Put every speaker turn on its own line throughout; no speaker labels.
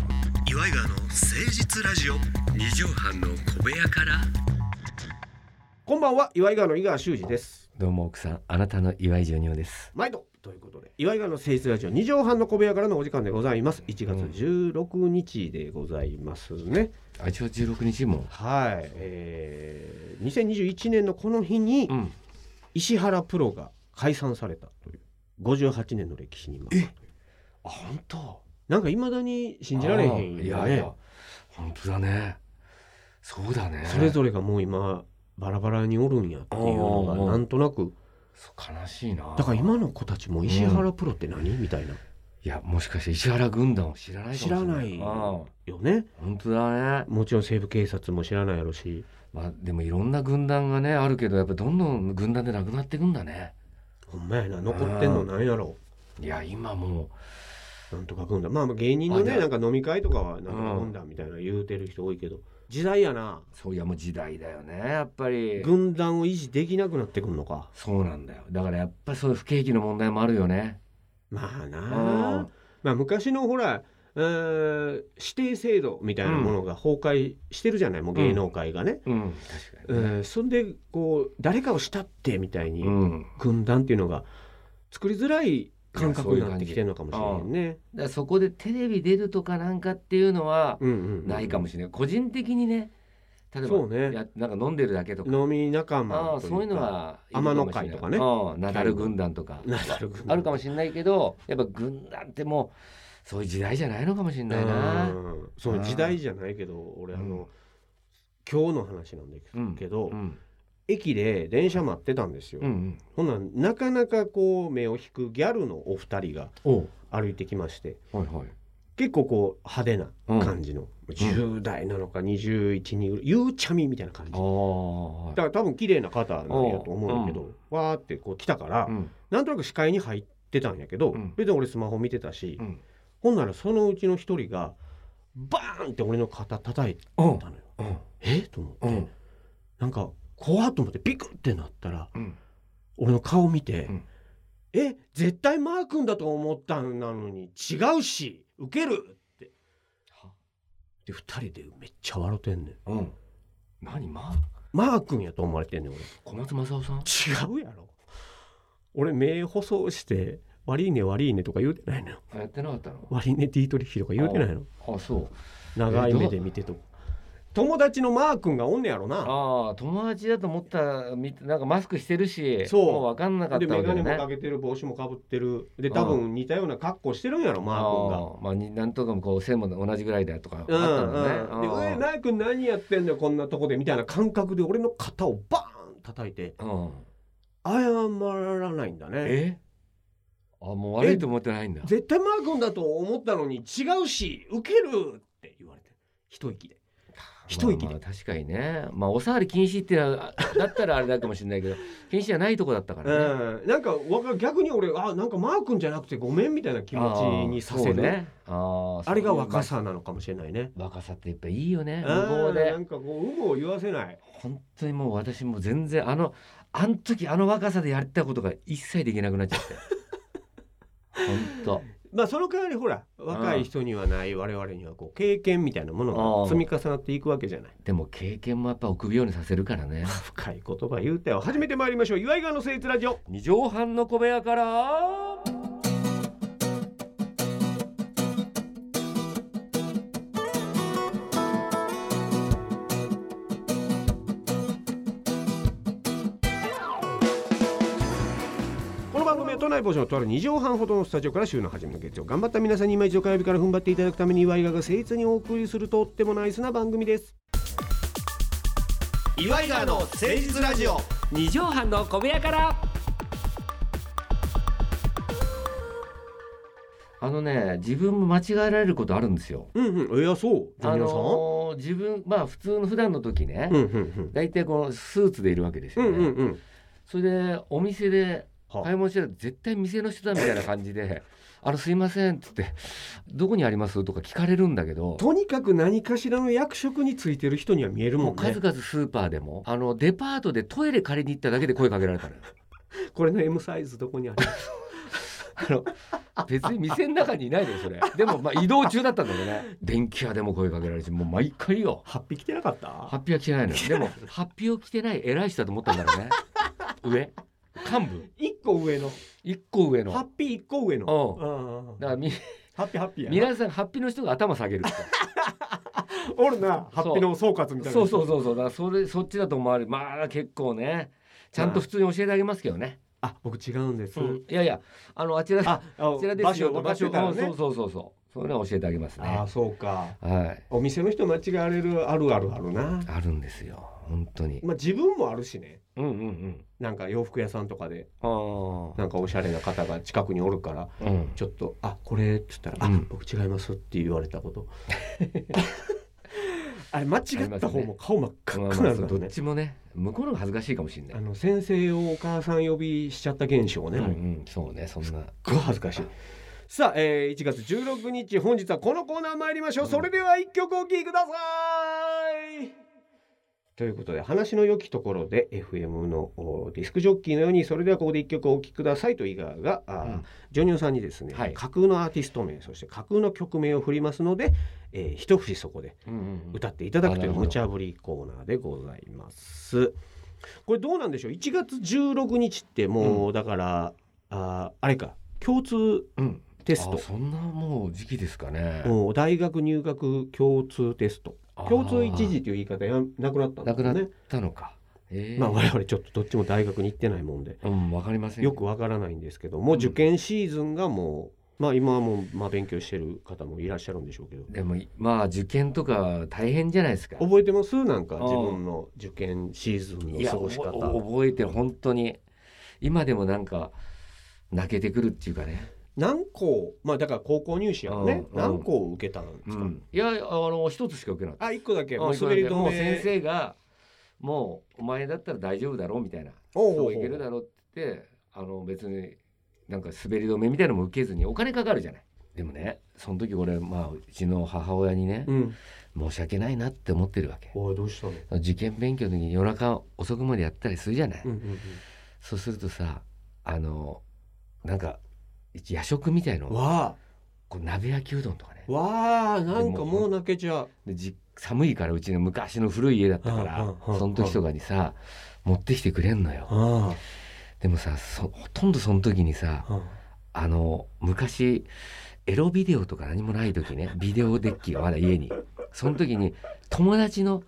イガーの誠実ラジオ
二畳半の小部屋から
こんばんは岩井川の井川修司です
どうも奥さんあなたの岩井ジョニオです
毎度ということで岩井川の誠実ラジオ2畳半の小部屋からのお時間でございます1月16日でございますね、
あ一応十六日も
はい、えー、2021年のこの日に
ん
石原プロが解散されたという58年の歴史に幕が
あ本当
なんかいまだに信じられへんよね
いやいや本当だねそうだね
それぞれがもう今バラバラにおるんやっていうの
あー
がなんとなく
そう悲しいな
だから今の子たちも石原プロって何、みたいない
やもしかして石原軍団を知らないかもしれない
知らない
あ
よね
本当だね
もちろん西部警察も知らないやろし
まあでもいろんな軍団がねあるけどやっぱどんどん軍団でなくなっていくんだね
ほんまやな残ってんのなんやろ
いや今もう
なんとか軍団まあまあ芸人の
あ
ね
で
なんか飲み会とかはなんとか
うん
軍団みたいな言うてる人多いけど時代やな
そういやもう時代だよねやっぱり
軍団を維持できなくなってくんのか
そうなんだよだからやっぱりそういう不景気の問題もあるよね
まあな
うん
まあ昔のほらえー指定制度みたいなものが崩壊してるじゃない、もう芸能界がね、
うん確かにね
うんそんでこう誰かを慕ってみたいに
うん
軍団っていうのが作りづらい感覚になってきてるのかもしれないね。
だからそこでテレビ出るとかなんかっていうのは
うんうんうん
ないかもしれない、個人的にね例えば
そうね
やなんか飲んでるだけとか
飲み仲
あ
間
あ
とい
そういうのはるもしれな
天
い
の会とかね
うんナダル軍団とか
ナダル軍団
あるかもしれないけどやっぱ軍団ってもうそういう時代じゃないのかもしれないな
うんその時代じゃないけど俺あの、今日の話なんだけど、
うん
駅で電車待ってたんですよ、
うんうん
ほんならなかなかこう目を引くギャルのお二人が
おう
歩いてきまして
はいはい
結構こう派手な感じの、10代なのか21人ぐらいゆうちゃみみたいな感じ
ああ
だから多分綺麗な方なんやと思うんだけど、
うん
わーってこう来たから、
うん
なんとなく視界に入ってたんやけど、
うん
別に俺スマホ見てたし、
うん
ほんならそのうちの一人がバーンって俺の肩叩い
うん
たのよ。
うん
えと思って、
うん
なんか怖っと思ってビクってなったら
うん
俺の顔見て「
うん
え絶対マー君だと思ったんなのに違うしウケる!」ってで二人でめっちゃ笑ってんねん
うん何まあ
マー君やと思われてんねん俺
小松政夫さん
違うやろ俺目細して「悪いね悪いね」とか言うてないのよ
あやってなかったの
悪いねティートリッヒとか言うてないの
あそう
長い目で見てとか友達のマー君がおんねやろな
ああ 友達だと思ったみなんかマスクしてるし
そう
もう分かんなかっ
で
たわ
眼
けだ
鏡
ね
もかけてる帽子もかぶってるで多分似たような格好してるんやろマー君が。
ああまあになんとかもこう線も同じぐらいだとかあった
うん
のね
うん、で「上
あ
マー君何やってんだよこんなとこで」みたいな感覚で俺の肩をバーン叩いて
あうん
謝らないんだね
えあもう悪いと思ってないんだ
絶対マー君だと思ったのに違うしウケるって言われて一息で一息で
まあまあ確かにねまあお触り禁止っていうのはあだったらあれだかもしれないけど 禁止じゃないとこだったか
う
らね
んなんかわか逆に俺あなんかマー君じゃなくてごめんみたいな気持ちにさせ
ああそ
る
う
あ,、
ねああ
れが
そういうま
若さなのかもしれないね
若さってやっぱいいよね無
う
謀
ん
で
なんかこう有無を言わせない
本当にもう私も全然あのあの時あの若さでやったことが一切できなくなっちゃ って本
まあその代わりほら若い人にはない我々にはこう経験みたいなものが積み重なっていくわけじゃない
当でも経験もやっぱ臆病にさせるからね
深い言葉言うたよ始めてまいりましょう岩井川の誠実ラジオ
二畳半の小部屋から
この番組は都内防止のとある2畳半ほどのスタジオから週の初めの月曜頑張った皆さんに今一度火曜日から踏ん張っていただくために岩井川が誠実にお送りするとってもナイスな番組です岩井川の誠実ラジオ
二畳半の小部屋からあのね自分も間違えられることあるんですよ
うんうんいやそうジョ
あ
ニオ
のー自分まあ普通の普段の時ね、
さんうんうん
大体このスーツでいるわけです
う
よ
んう
ね、
んうんうん
それでお店で
は
買い物してたら絶対店の人だみたいな感じで 「あのすいません」っつって「どこにあります?」とか聞かれるんだけど
とにかく何かしらの役職についてる人には見える
も
も
うん数
ね
々スーパーでもあのデパートでトイレ借りに行っただけで声かけられたのよ。
これの M サイズどこにある
あの別に店の中にいないでそれでもまあ移動中だったんだよね電気屋でも声かけられるしもう毎回よ
ハッピー来てなかった
ハッピーは着てないのよでもハッピーを着てない偉い人だと思ったんだろうね上幹部
一個上の
一個上の
ハッ
だか
ピー一個上の
おう
うんうんうん
らみ
ハッピーハッピーやな
皆さんハッピーの人が頭下げるって
おるなハッピーの総括みたいな
そうそうそうそうだからそれそっちだと思われるまあ結構ねちゃんと普通に教えてあげますけどね、
あ僕違うんです、
うんいやいやあのあちら
あ
こちらですよとかそうそうそうそうそういうのは教えてあげますね
ああそうか
はい
お店の人間違われるあるあるあるな
あるんですよ本当に
まあ自分もあるしね
うんうんうん
なんか洋服屋さんとかで
あー
なんかおしゃれな方が近くにおるから
うん
ちょっと「あこれ」っつったら「あ、
うん
僕違います」って言われたこと あれ間違った方も顔真っ赤
まあ
っか
ま
な
あ
る
そう
の
どっ
ね
ちもね向こうの方が恥ずかしいかもしれな
あ
い
の先生をお母さん呼びしちゃった現象ね、
うんう
すっ
んそうねそんな
ごい恥ずかしいさあ、えー1月16日本日はこのコーナー参りましょうそれでは一曲お聴きくださいということで話の良きところで FM のおディスクジョッキーのようにそれではここで一曲お聴きくださいと井川があー、
うん
ジョニオさんにですね、
はい
架空のアーティスト名そして架空の曲名を振りますので、えー一節そこで
うんうんうん
歌っていただくという
あなるほど
無茶ぶりコーナーでございます。これどうなんでしょう1月16日ってもうだから、あーあれか共通
うん
テス
あ
ト
そんなもう時期ですかね
もう大学入学共通テスト
あー
共通一時という言い方やなくなったん
な
です
くな
よね。
ったのかええ
まあ我々ちょっとどっちも大学に行ってないもんで
うんわかりません
よくわからないんですけども
うん
受験シーズンがもうまあ今はもうまあ勉強してる方もいらっしゃるんでしょうけど
でもまあ受験とか大変じゃないですか
覚えてますなんか
あー
自分の受験シーズン
い
の
や
過ごし方
おお覚えてる本当に今でもなんか泣けてくるっていうかね、
何校まあだから高校入試やろね、
うん
何校受けたんで
う
すか、
ん、いやあの一つしか受けなかっ
あ一個だけ
た
もう
うん
滑り止
もう
め
先生がもうお前だったら大丈夫だろうみたいな
おうおうお
そうういけるだろうって言ってあの別になんか滑り止めみたいなのも受けずにお金かかるじゃないでもねその時俺まあうちの母親にね、
うん
申し訳ないなって思ってるわけ
おいどうしたの、
受験勉強の時に夜中遅くまでやったりするじゃない、
うんうんうん
そうするとさあのなんか夜食みたいのを
わ
こう鍋焼きうどんとかね
あわあなんかもう泣けちゃう
でじ寒いからうちの昔の古い家だったか
うんう
ら
んうん
その時とかにさ持ってきてくれんのよ
あ
でもさそほとんどその時にさ
ああ
あの昔エロビデオとか何もない 時ねビデオデッキがまだ家にその時に友達の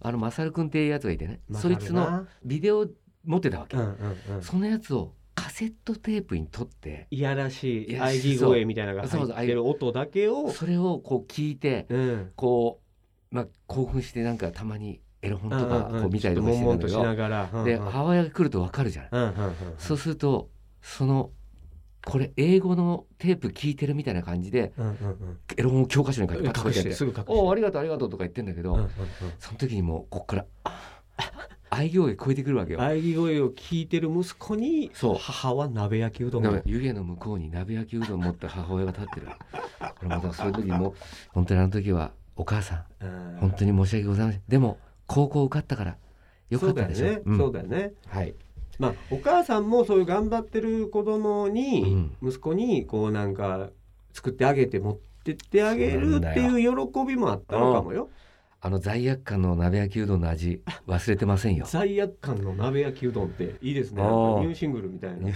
あのマサル君っていうやつがいてね
あ
そいつのビデオ持ってたわけ、
うんうんうん
そのやつをカセットテープに撮って
いやらし
い
い
や
喘ぎ声みたいなのが入
そう
っ
そう
てる音だけを
それをこう聞いて
うん
こう、まあ、興奮してなんかたまにエロ本とか
うんうん
こう見たりとか
ちょ
し
ってと悶々
たんだ
と
け
し
ど、
ながらうんうん
で母親が来るとわかるじゃない、
うんうんうん
そうするとそのこれ英語のテープ聞いてるみたいな感じで
うんうんうん
エロ本を教科書に書いてパッと
隠
書
し
いてあってて
すぐ隠し
「
て
おおありがとうありがとう」とか言ってんだけど、
うんうんうん
その時にもうこっからあ愛行が聞こえてくるわけよ。
喘ぎ声を聞いてる息子に
そう
母は鍋焼きうどん
だ
を
から湯気の向こうに鍋焼きうどん持った母親が立ってる。これまたそういう時にも本当にあの時はお母さん
うん
本当に申し訳ございません。でも高校受かったからよかったでし
そう
ょ。
だよね,、
うん
そうだよね
はい。
まあお母さんもそういう頑張ってる子供に、息子にこうなんか作ってあげて持ってってあげるっていう喜びもあったのかもよ
あの罪悪感の鍋焼きうどんの味忘れてませ んよ。
罪悪感の鍋焼きうどんっていいですね
あ
なん
ー
かニューシングルみたい な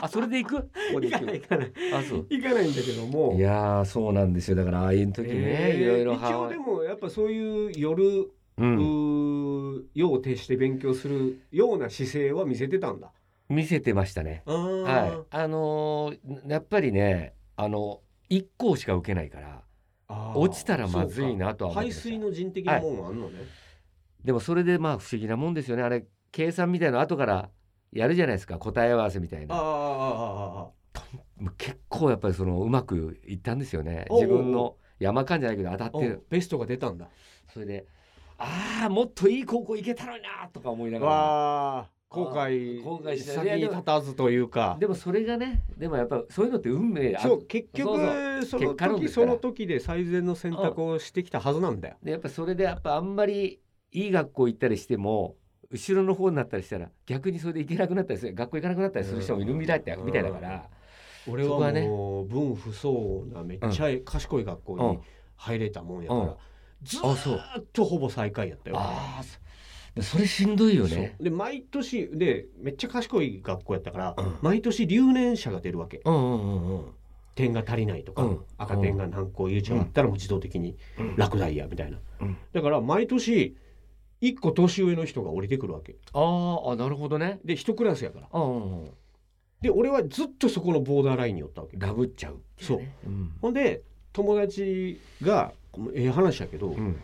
あそれで行く？ここで
行か
行く
ない行かない
あそう。
行かないんだけども
いやーそうなんですよ。だからああいう時ね、
えー
いろいろ
一応でもやっぱそういう夜、
う
うんーよう徹して勉強するような姿勢は見せてたんだ
見せてましたね。
あー
はい。あのーやっぱりねあの一校しか受けないから。
あー
落ちたらまずいなとは思っ
排
てました
水の人的なもんはあんのね、
でもそれでまあ不思議なもんですよねあれ計算みたいな後からやるじゃないですか答え合わせみたい
ああ
な
ああああ
もう結構やっぱりそのうまくいったんですよね
おうおう
自分の山間じゃないけど当たってる
ベストが出たんだ
それでああもっといい高校行けたのになとか思いながら
わあ後悔
あ後悔して
先に立たずというか
でもそれがねでもやっぱそういうのって運命あ
そう結局
そ
そ
う結果
の
論
時
ですか
そ
ら
の時で最善の選択をしてきたはずなんだよ
でやっぱそれでやっぱあんまりいい学校行ったりしても後ろの方になったりしたら逆にそれで行けなくなったりする学校行かなくなったりする人もいるみたいだ
うん
みたいだから
俺
そ
は
こはね
もう分不相応なめっちゃ賢い学校
う
に
ん
入れたもんやから、
うん
ず
あそう
ーっとほぼ最下位やったよ。
ああそそれしんどいよね
そうで毎年でめっちゃ賢い学校やったから、
うん
毎年留年者が出るわけ
うんうんうんうん
点が足りないとか、
うん
赤点が何個言うちゃったらもう自動的に
うん
落第やみたいな、
うん
だから毎年1個年上の人が降りてくるわけ
あーあなるほどね
で1クラスやから
うんうんうん
で俺はずっとそこのボーダーラインにおったわけ
ダブっちゃうっていねうん
ほんで友達がええ話やけど、
うん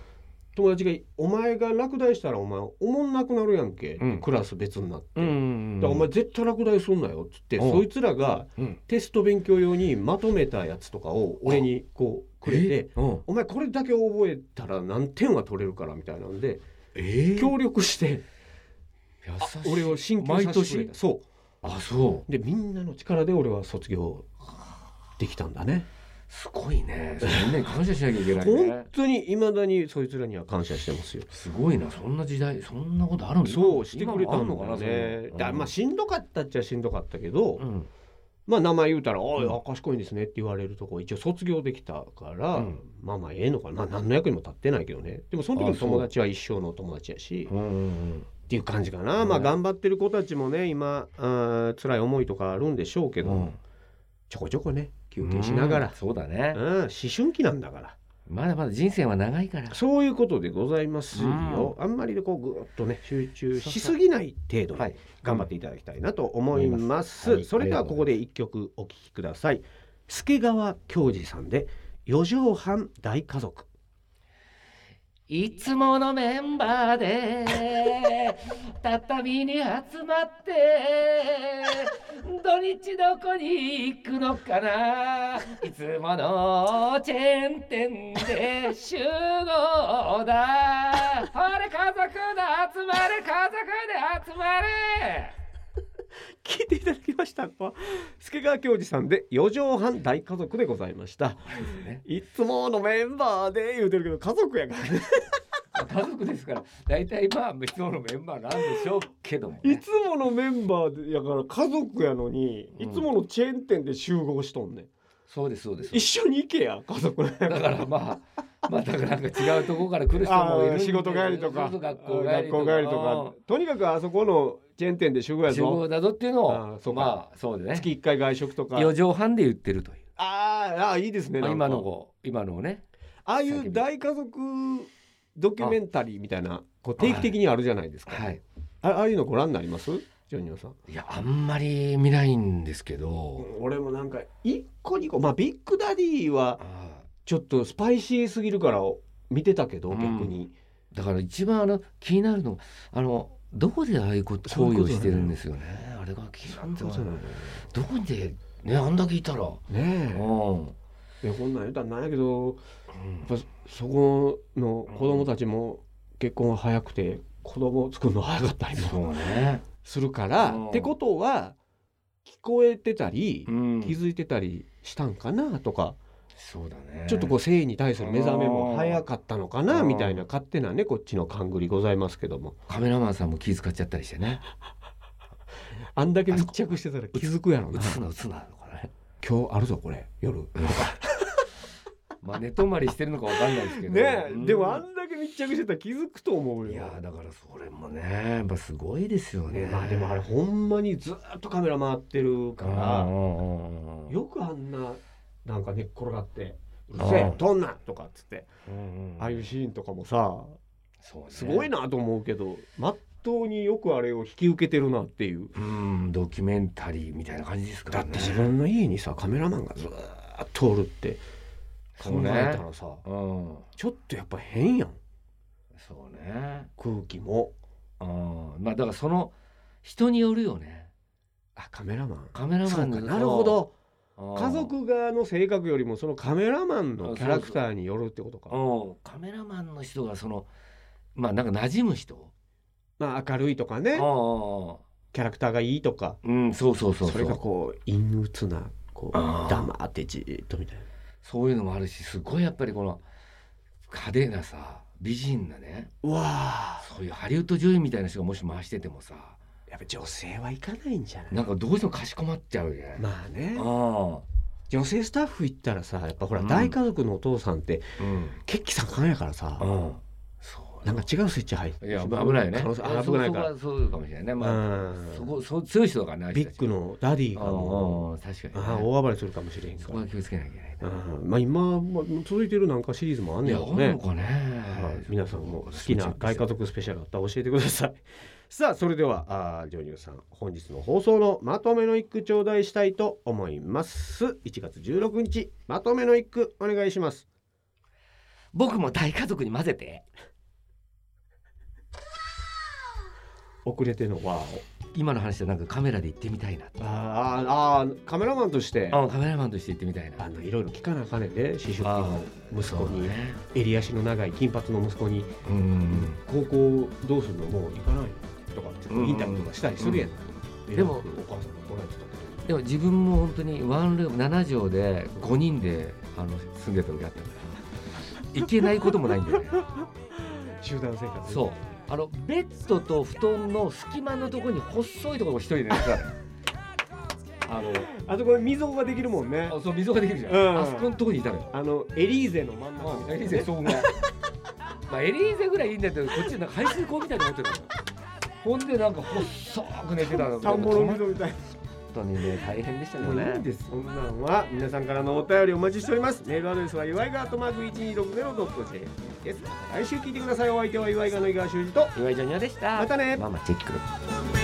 友達が「お前が落第したらお前おもんなくなるやんけ」
うん
クラス別になって、
うんう
だか
ん
らお前絶対落第すんなよ」っつって
うん
そいつらが
うん
テスト勉強用にまとめたやつとかを俺にこうくれて
えうん
「お前これだけ覚えたら何点は取れるから」みたいなんで
ええ
協力して
優しい
俺を進級させてくれ
毎
たそ
あそう
うでみんなの力で俺は卒業できたんだね
すごいねそれね感謝しなきゃいけないね
本当にいまだにそいつらには感謝してますよ
すごいなそんな時代そんなことあるんだ
そうしてくれたんだ
今もあるのかなそ
ね
れうん
だまあしんどかったっちゃしんどかったけど、
うん
まあ名前言うたら「おい
うん
あ賢いんですね」って言われるとこ一応卒業できたから、
うん
まあまあええのかなまあ何の役にも立ってないけどねでもその時の
あそう
友達は一生の友達やし
うんうんうん
っていう感じかな、まあ
ね
頑張ってる子たちもね今あー辛い思いとかあるんでしょうけど、
うん
ちょこちょこね休憩しなが
うん
ら、
そうだ
う
ね
ん、思春期なんだから
まだまだ人生は長いから
そういうことでございますよ、あんまりこうぐーっとね集中しすぎない程度に
はい
頑張っていただきたいなと思います。
思いますはい
それではここで一曲お聴きください。助川恭司さんで四畳半大家族。
いつものメンバーで畳に集まって土日どこに行くのかないつものチェーン店で集合だほれ家族で集まれ家族で集まれ
聞いていただきました。こ助川恭司さんで四畳半大家族でございました。いつものメンバーで言うてるけど家族やからね。
家族ですから大体まあ別のメンバーなんでしょうけども
いつものメンバーでやから家族やのに、
うん
いつものチェーン店で集合しとんねん。
そうですそうです
一緒に行けや家 族ね。
だからまあ、まあだからなんか違うところから来る人もいるん
あー
で
仕事帰りとか
そうそう学校帰りと
学校
か
帰りとかとにかくあそこのチェーン店で集合
う
や
ん集
ぞ
合などっていうの
あーそ
を
うか
まあそうでね
月1回外食とか
4畳半で言ってるという、
あーあーいいですね
ま
な
あ
んか
今の子今のをね
ああいう大家族ドキュメンタリーみたいなこう定期的にあるじゃないですか、
はい
あああいうのご覧になりますジョニオさん
いやあんまり見ないんですけど、
俺もなんか1個2個まあビッグダディは
あ
ちょっとスパイシーすぎるから見てたけど
うん
逆に、
ーだから一番あの気になるのがあのどこでああいうこ
そう
行
いうことだ
為を
ね
してるんですよねあれが気になってますどこでねあんだけいたらう
ねえ
ん、
いやこんなん言うたらなんやけど
うん
やっぱそこの子供たちも結婚は早くて子供作るの早かったり
そ
も
うね、
するから、
うん
ってことは聞こえてたり、
ん
気づいてたりしたんかなとか、
そうだね
ちょっとこう性に対する目覚めも
うん
早かったのかな、
うん
みたいな勝手なねこっちの勘繰りございますけども
カメラマンさんも気遣っちゃったりしてね
あんだけ密着してたら気づくやろ
映
な
すな映すなこれ
今日あるぞこれ夜。
まあ寝泊まりしてるのかわかんないですけど
ねえ、
うん
でもあんだけ密着してたら気づくと思うよ。
いやだからそれもねやっぱすごいですよね
ねまあでもあれほんまにずーっとカメラ回ってる
う
か
んう
ら。
んうん
よくあんななんか寝っ転がって「う
うん
るせえ撮んな!」とかっつって
うんうん
ああいうシーンとかもさ
そうね
すごいなと思うけどまっとうによくあれを引き受けてるなっていう。
うんドキュメンタリーみたいな感じですからね
分の家にさカメラマンがずーっとおるって考
そう
え
ね
たらさ、
うん
ちょっとやっぱ変やん
そうね
空気も
うんまあだからその人によるよね
あカメラマン
カメラ
そ
マ
う
ン
か
の
なるほど
うん
家族側の性格よりもそのカメラマンのキャラクターによるってことか
うんカメラマンの人がそのまあなんか馴染む人
まあ明るいとかねキャラクターがいいとか
うんうんそうそうそう
それがこう陰鬱なこう
あー
黙ってじーっとみたいな
そういうのもあるしすごいやっぱりこの派手なさ美人なね
うわ
そういうハリウッド女優みたいな人がもし回しててもさ
ーやっぱ女性は行かないんじゃない
なんかどうしてもかしこまっちゃうね。
まあね
あ
女性スタッフ行ったらさやっぱほら
うん
大家族のお父さんって
あ、うん、
血気盛んやからさ、
うん。
そうなんか違うスイッチ入って
いや危ないよね。
可能性あ危ないから
そうそうそうかもしれないね。まあ、
うん
そこそう強い人だからね。あい
ビ
つた
ッ
ち
グのダディがも
ああ確
う
か
ああ
に、ね。
大暴れするかもしれへん
そ
か
こ
ら
は気をつけなきゃいけない。
うんまあ今まあ続いてるなんかシリーズもあん
い
ねや
や、
ろ
女
ね
の子ね。
はい、皆さんも好きな大家族スペシャルあったら教えてください。 さあそれではあージョニオさん本日の放送のまとめの一句頂戴したいと思います。1月16日まとめの一句お願いします。
僕も大家族に混ぜて。
遅れてのワーを
今の話でなんかカメラで行ってみたいな。
あーあーカメラマンとして
あカメラマンとして行ってみたいな。
あのいろいろ聞かなあかねで思春期
あ
の息子
そう
に、
ね。
襟足の長い金髪の息子に
うんうん
高校どうするのもう行かないとかちょっとインタビューとかしたりするやん。
んでも
偉くお母さんが怒られてたこと
うん。でも自分も本当にワンルーム7畳で5人であの住んでた時あっ たから。行けないこともないんだよね。
集団生活
そうあのベッドと布団の隙間のところに細いところを一人で寝てたのよあ
あそこ溝ができるもんね
のあそう溝ができるじゃん、
うん
あそこのところにいたのよ
あのエリーゼの真ん中みたいな、ね、
そう ねまあエリーゼぐらいいいんだけどこっちなんか排水溝みたいに思ってるのよほんでなんか細く寝てたの
田んぼの
本
溝みたい
当にね大変でした
な
よ
もういい
ね
んですそんなんは皆さんからのお便りお待ちしておりますメールアドレスは祝いがアットマーク 1260.jp です来週聞いてくださいお相手は祝いがの井川修司と
岩井ジョニオでした
またね
ママチェック
「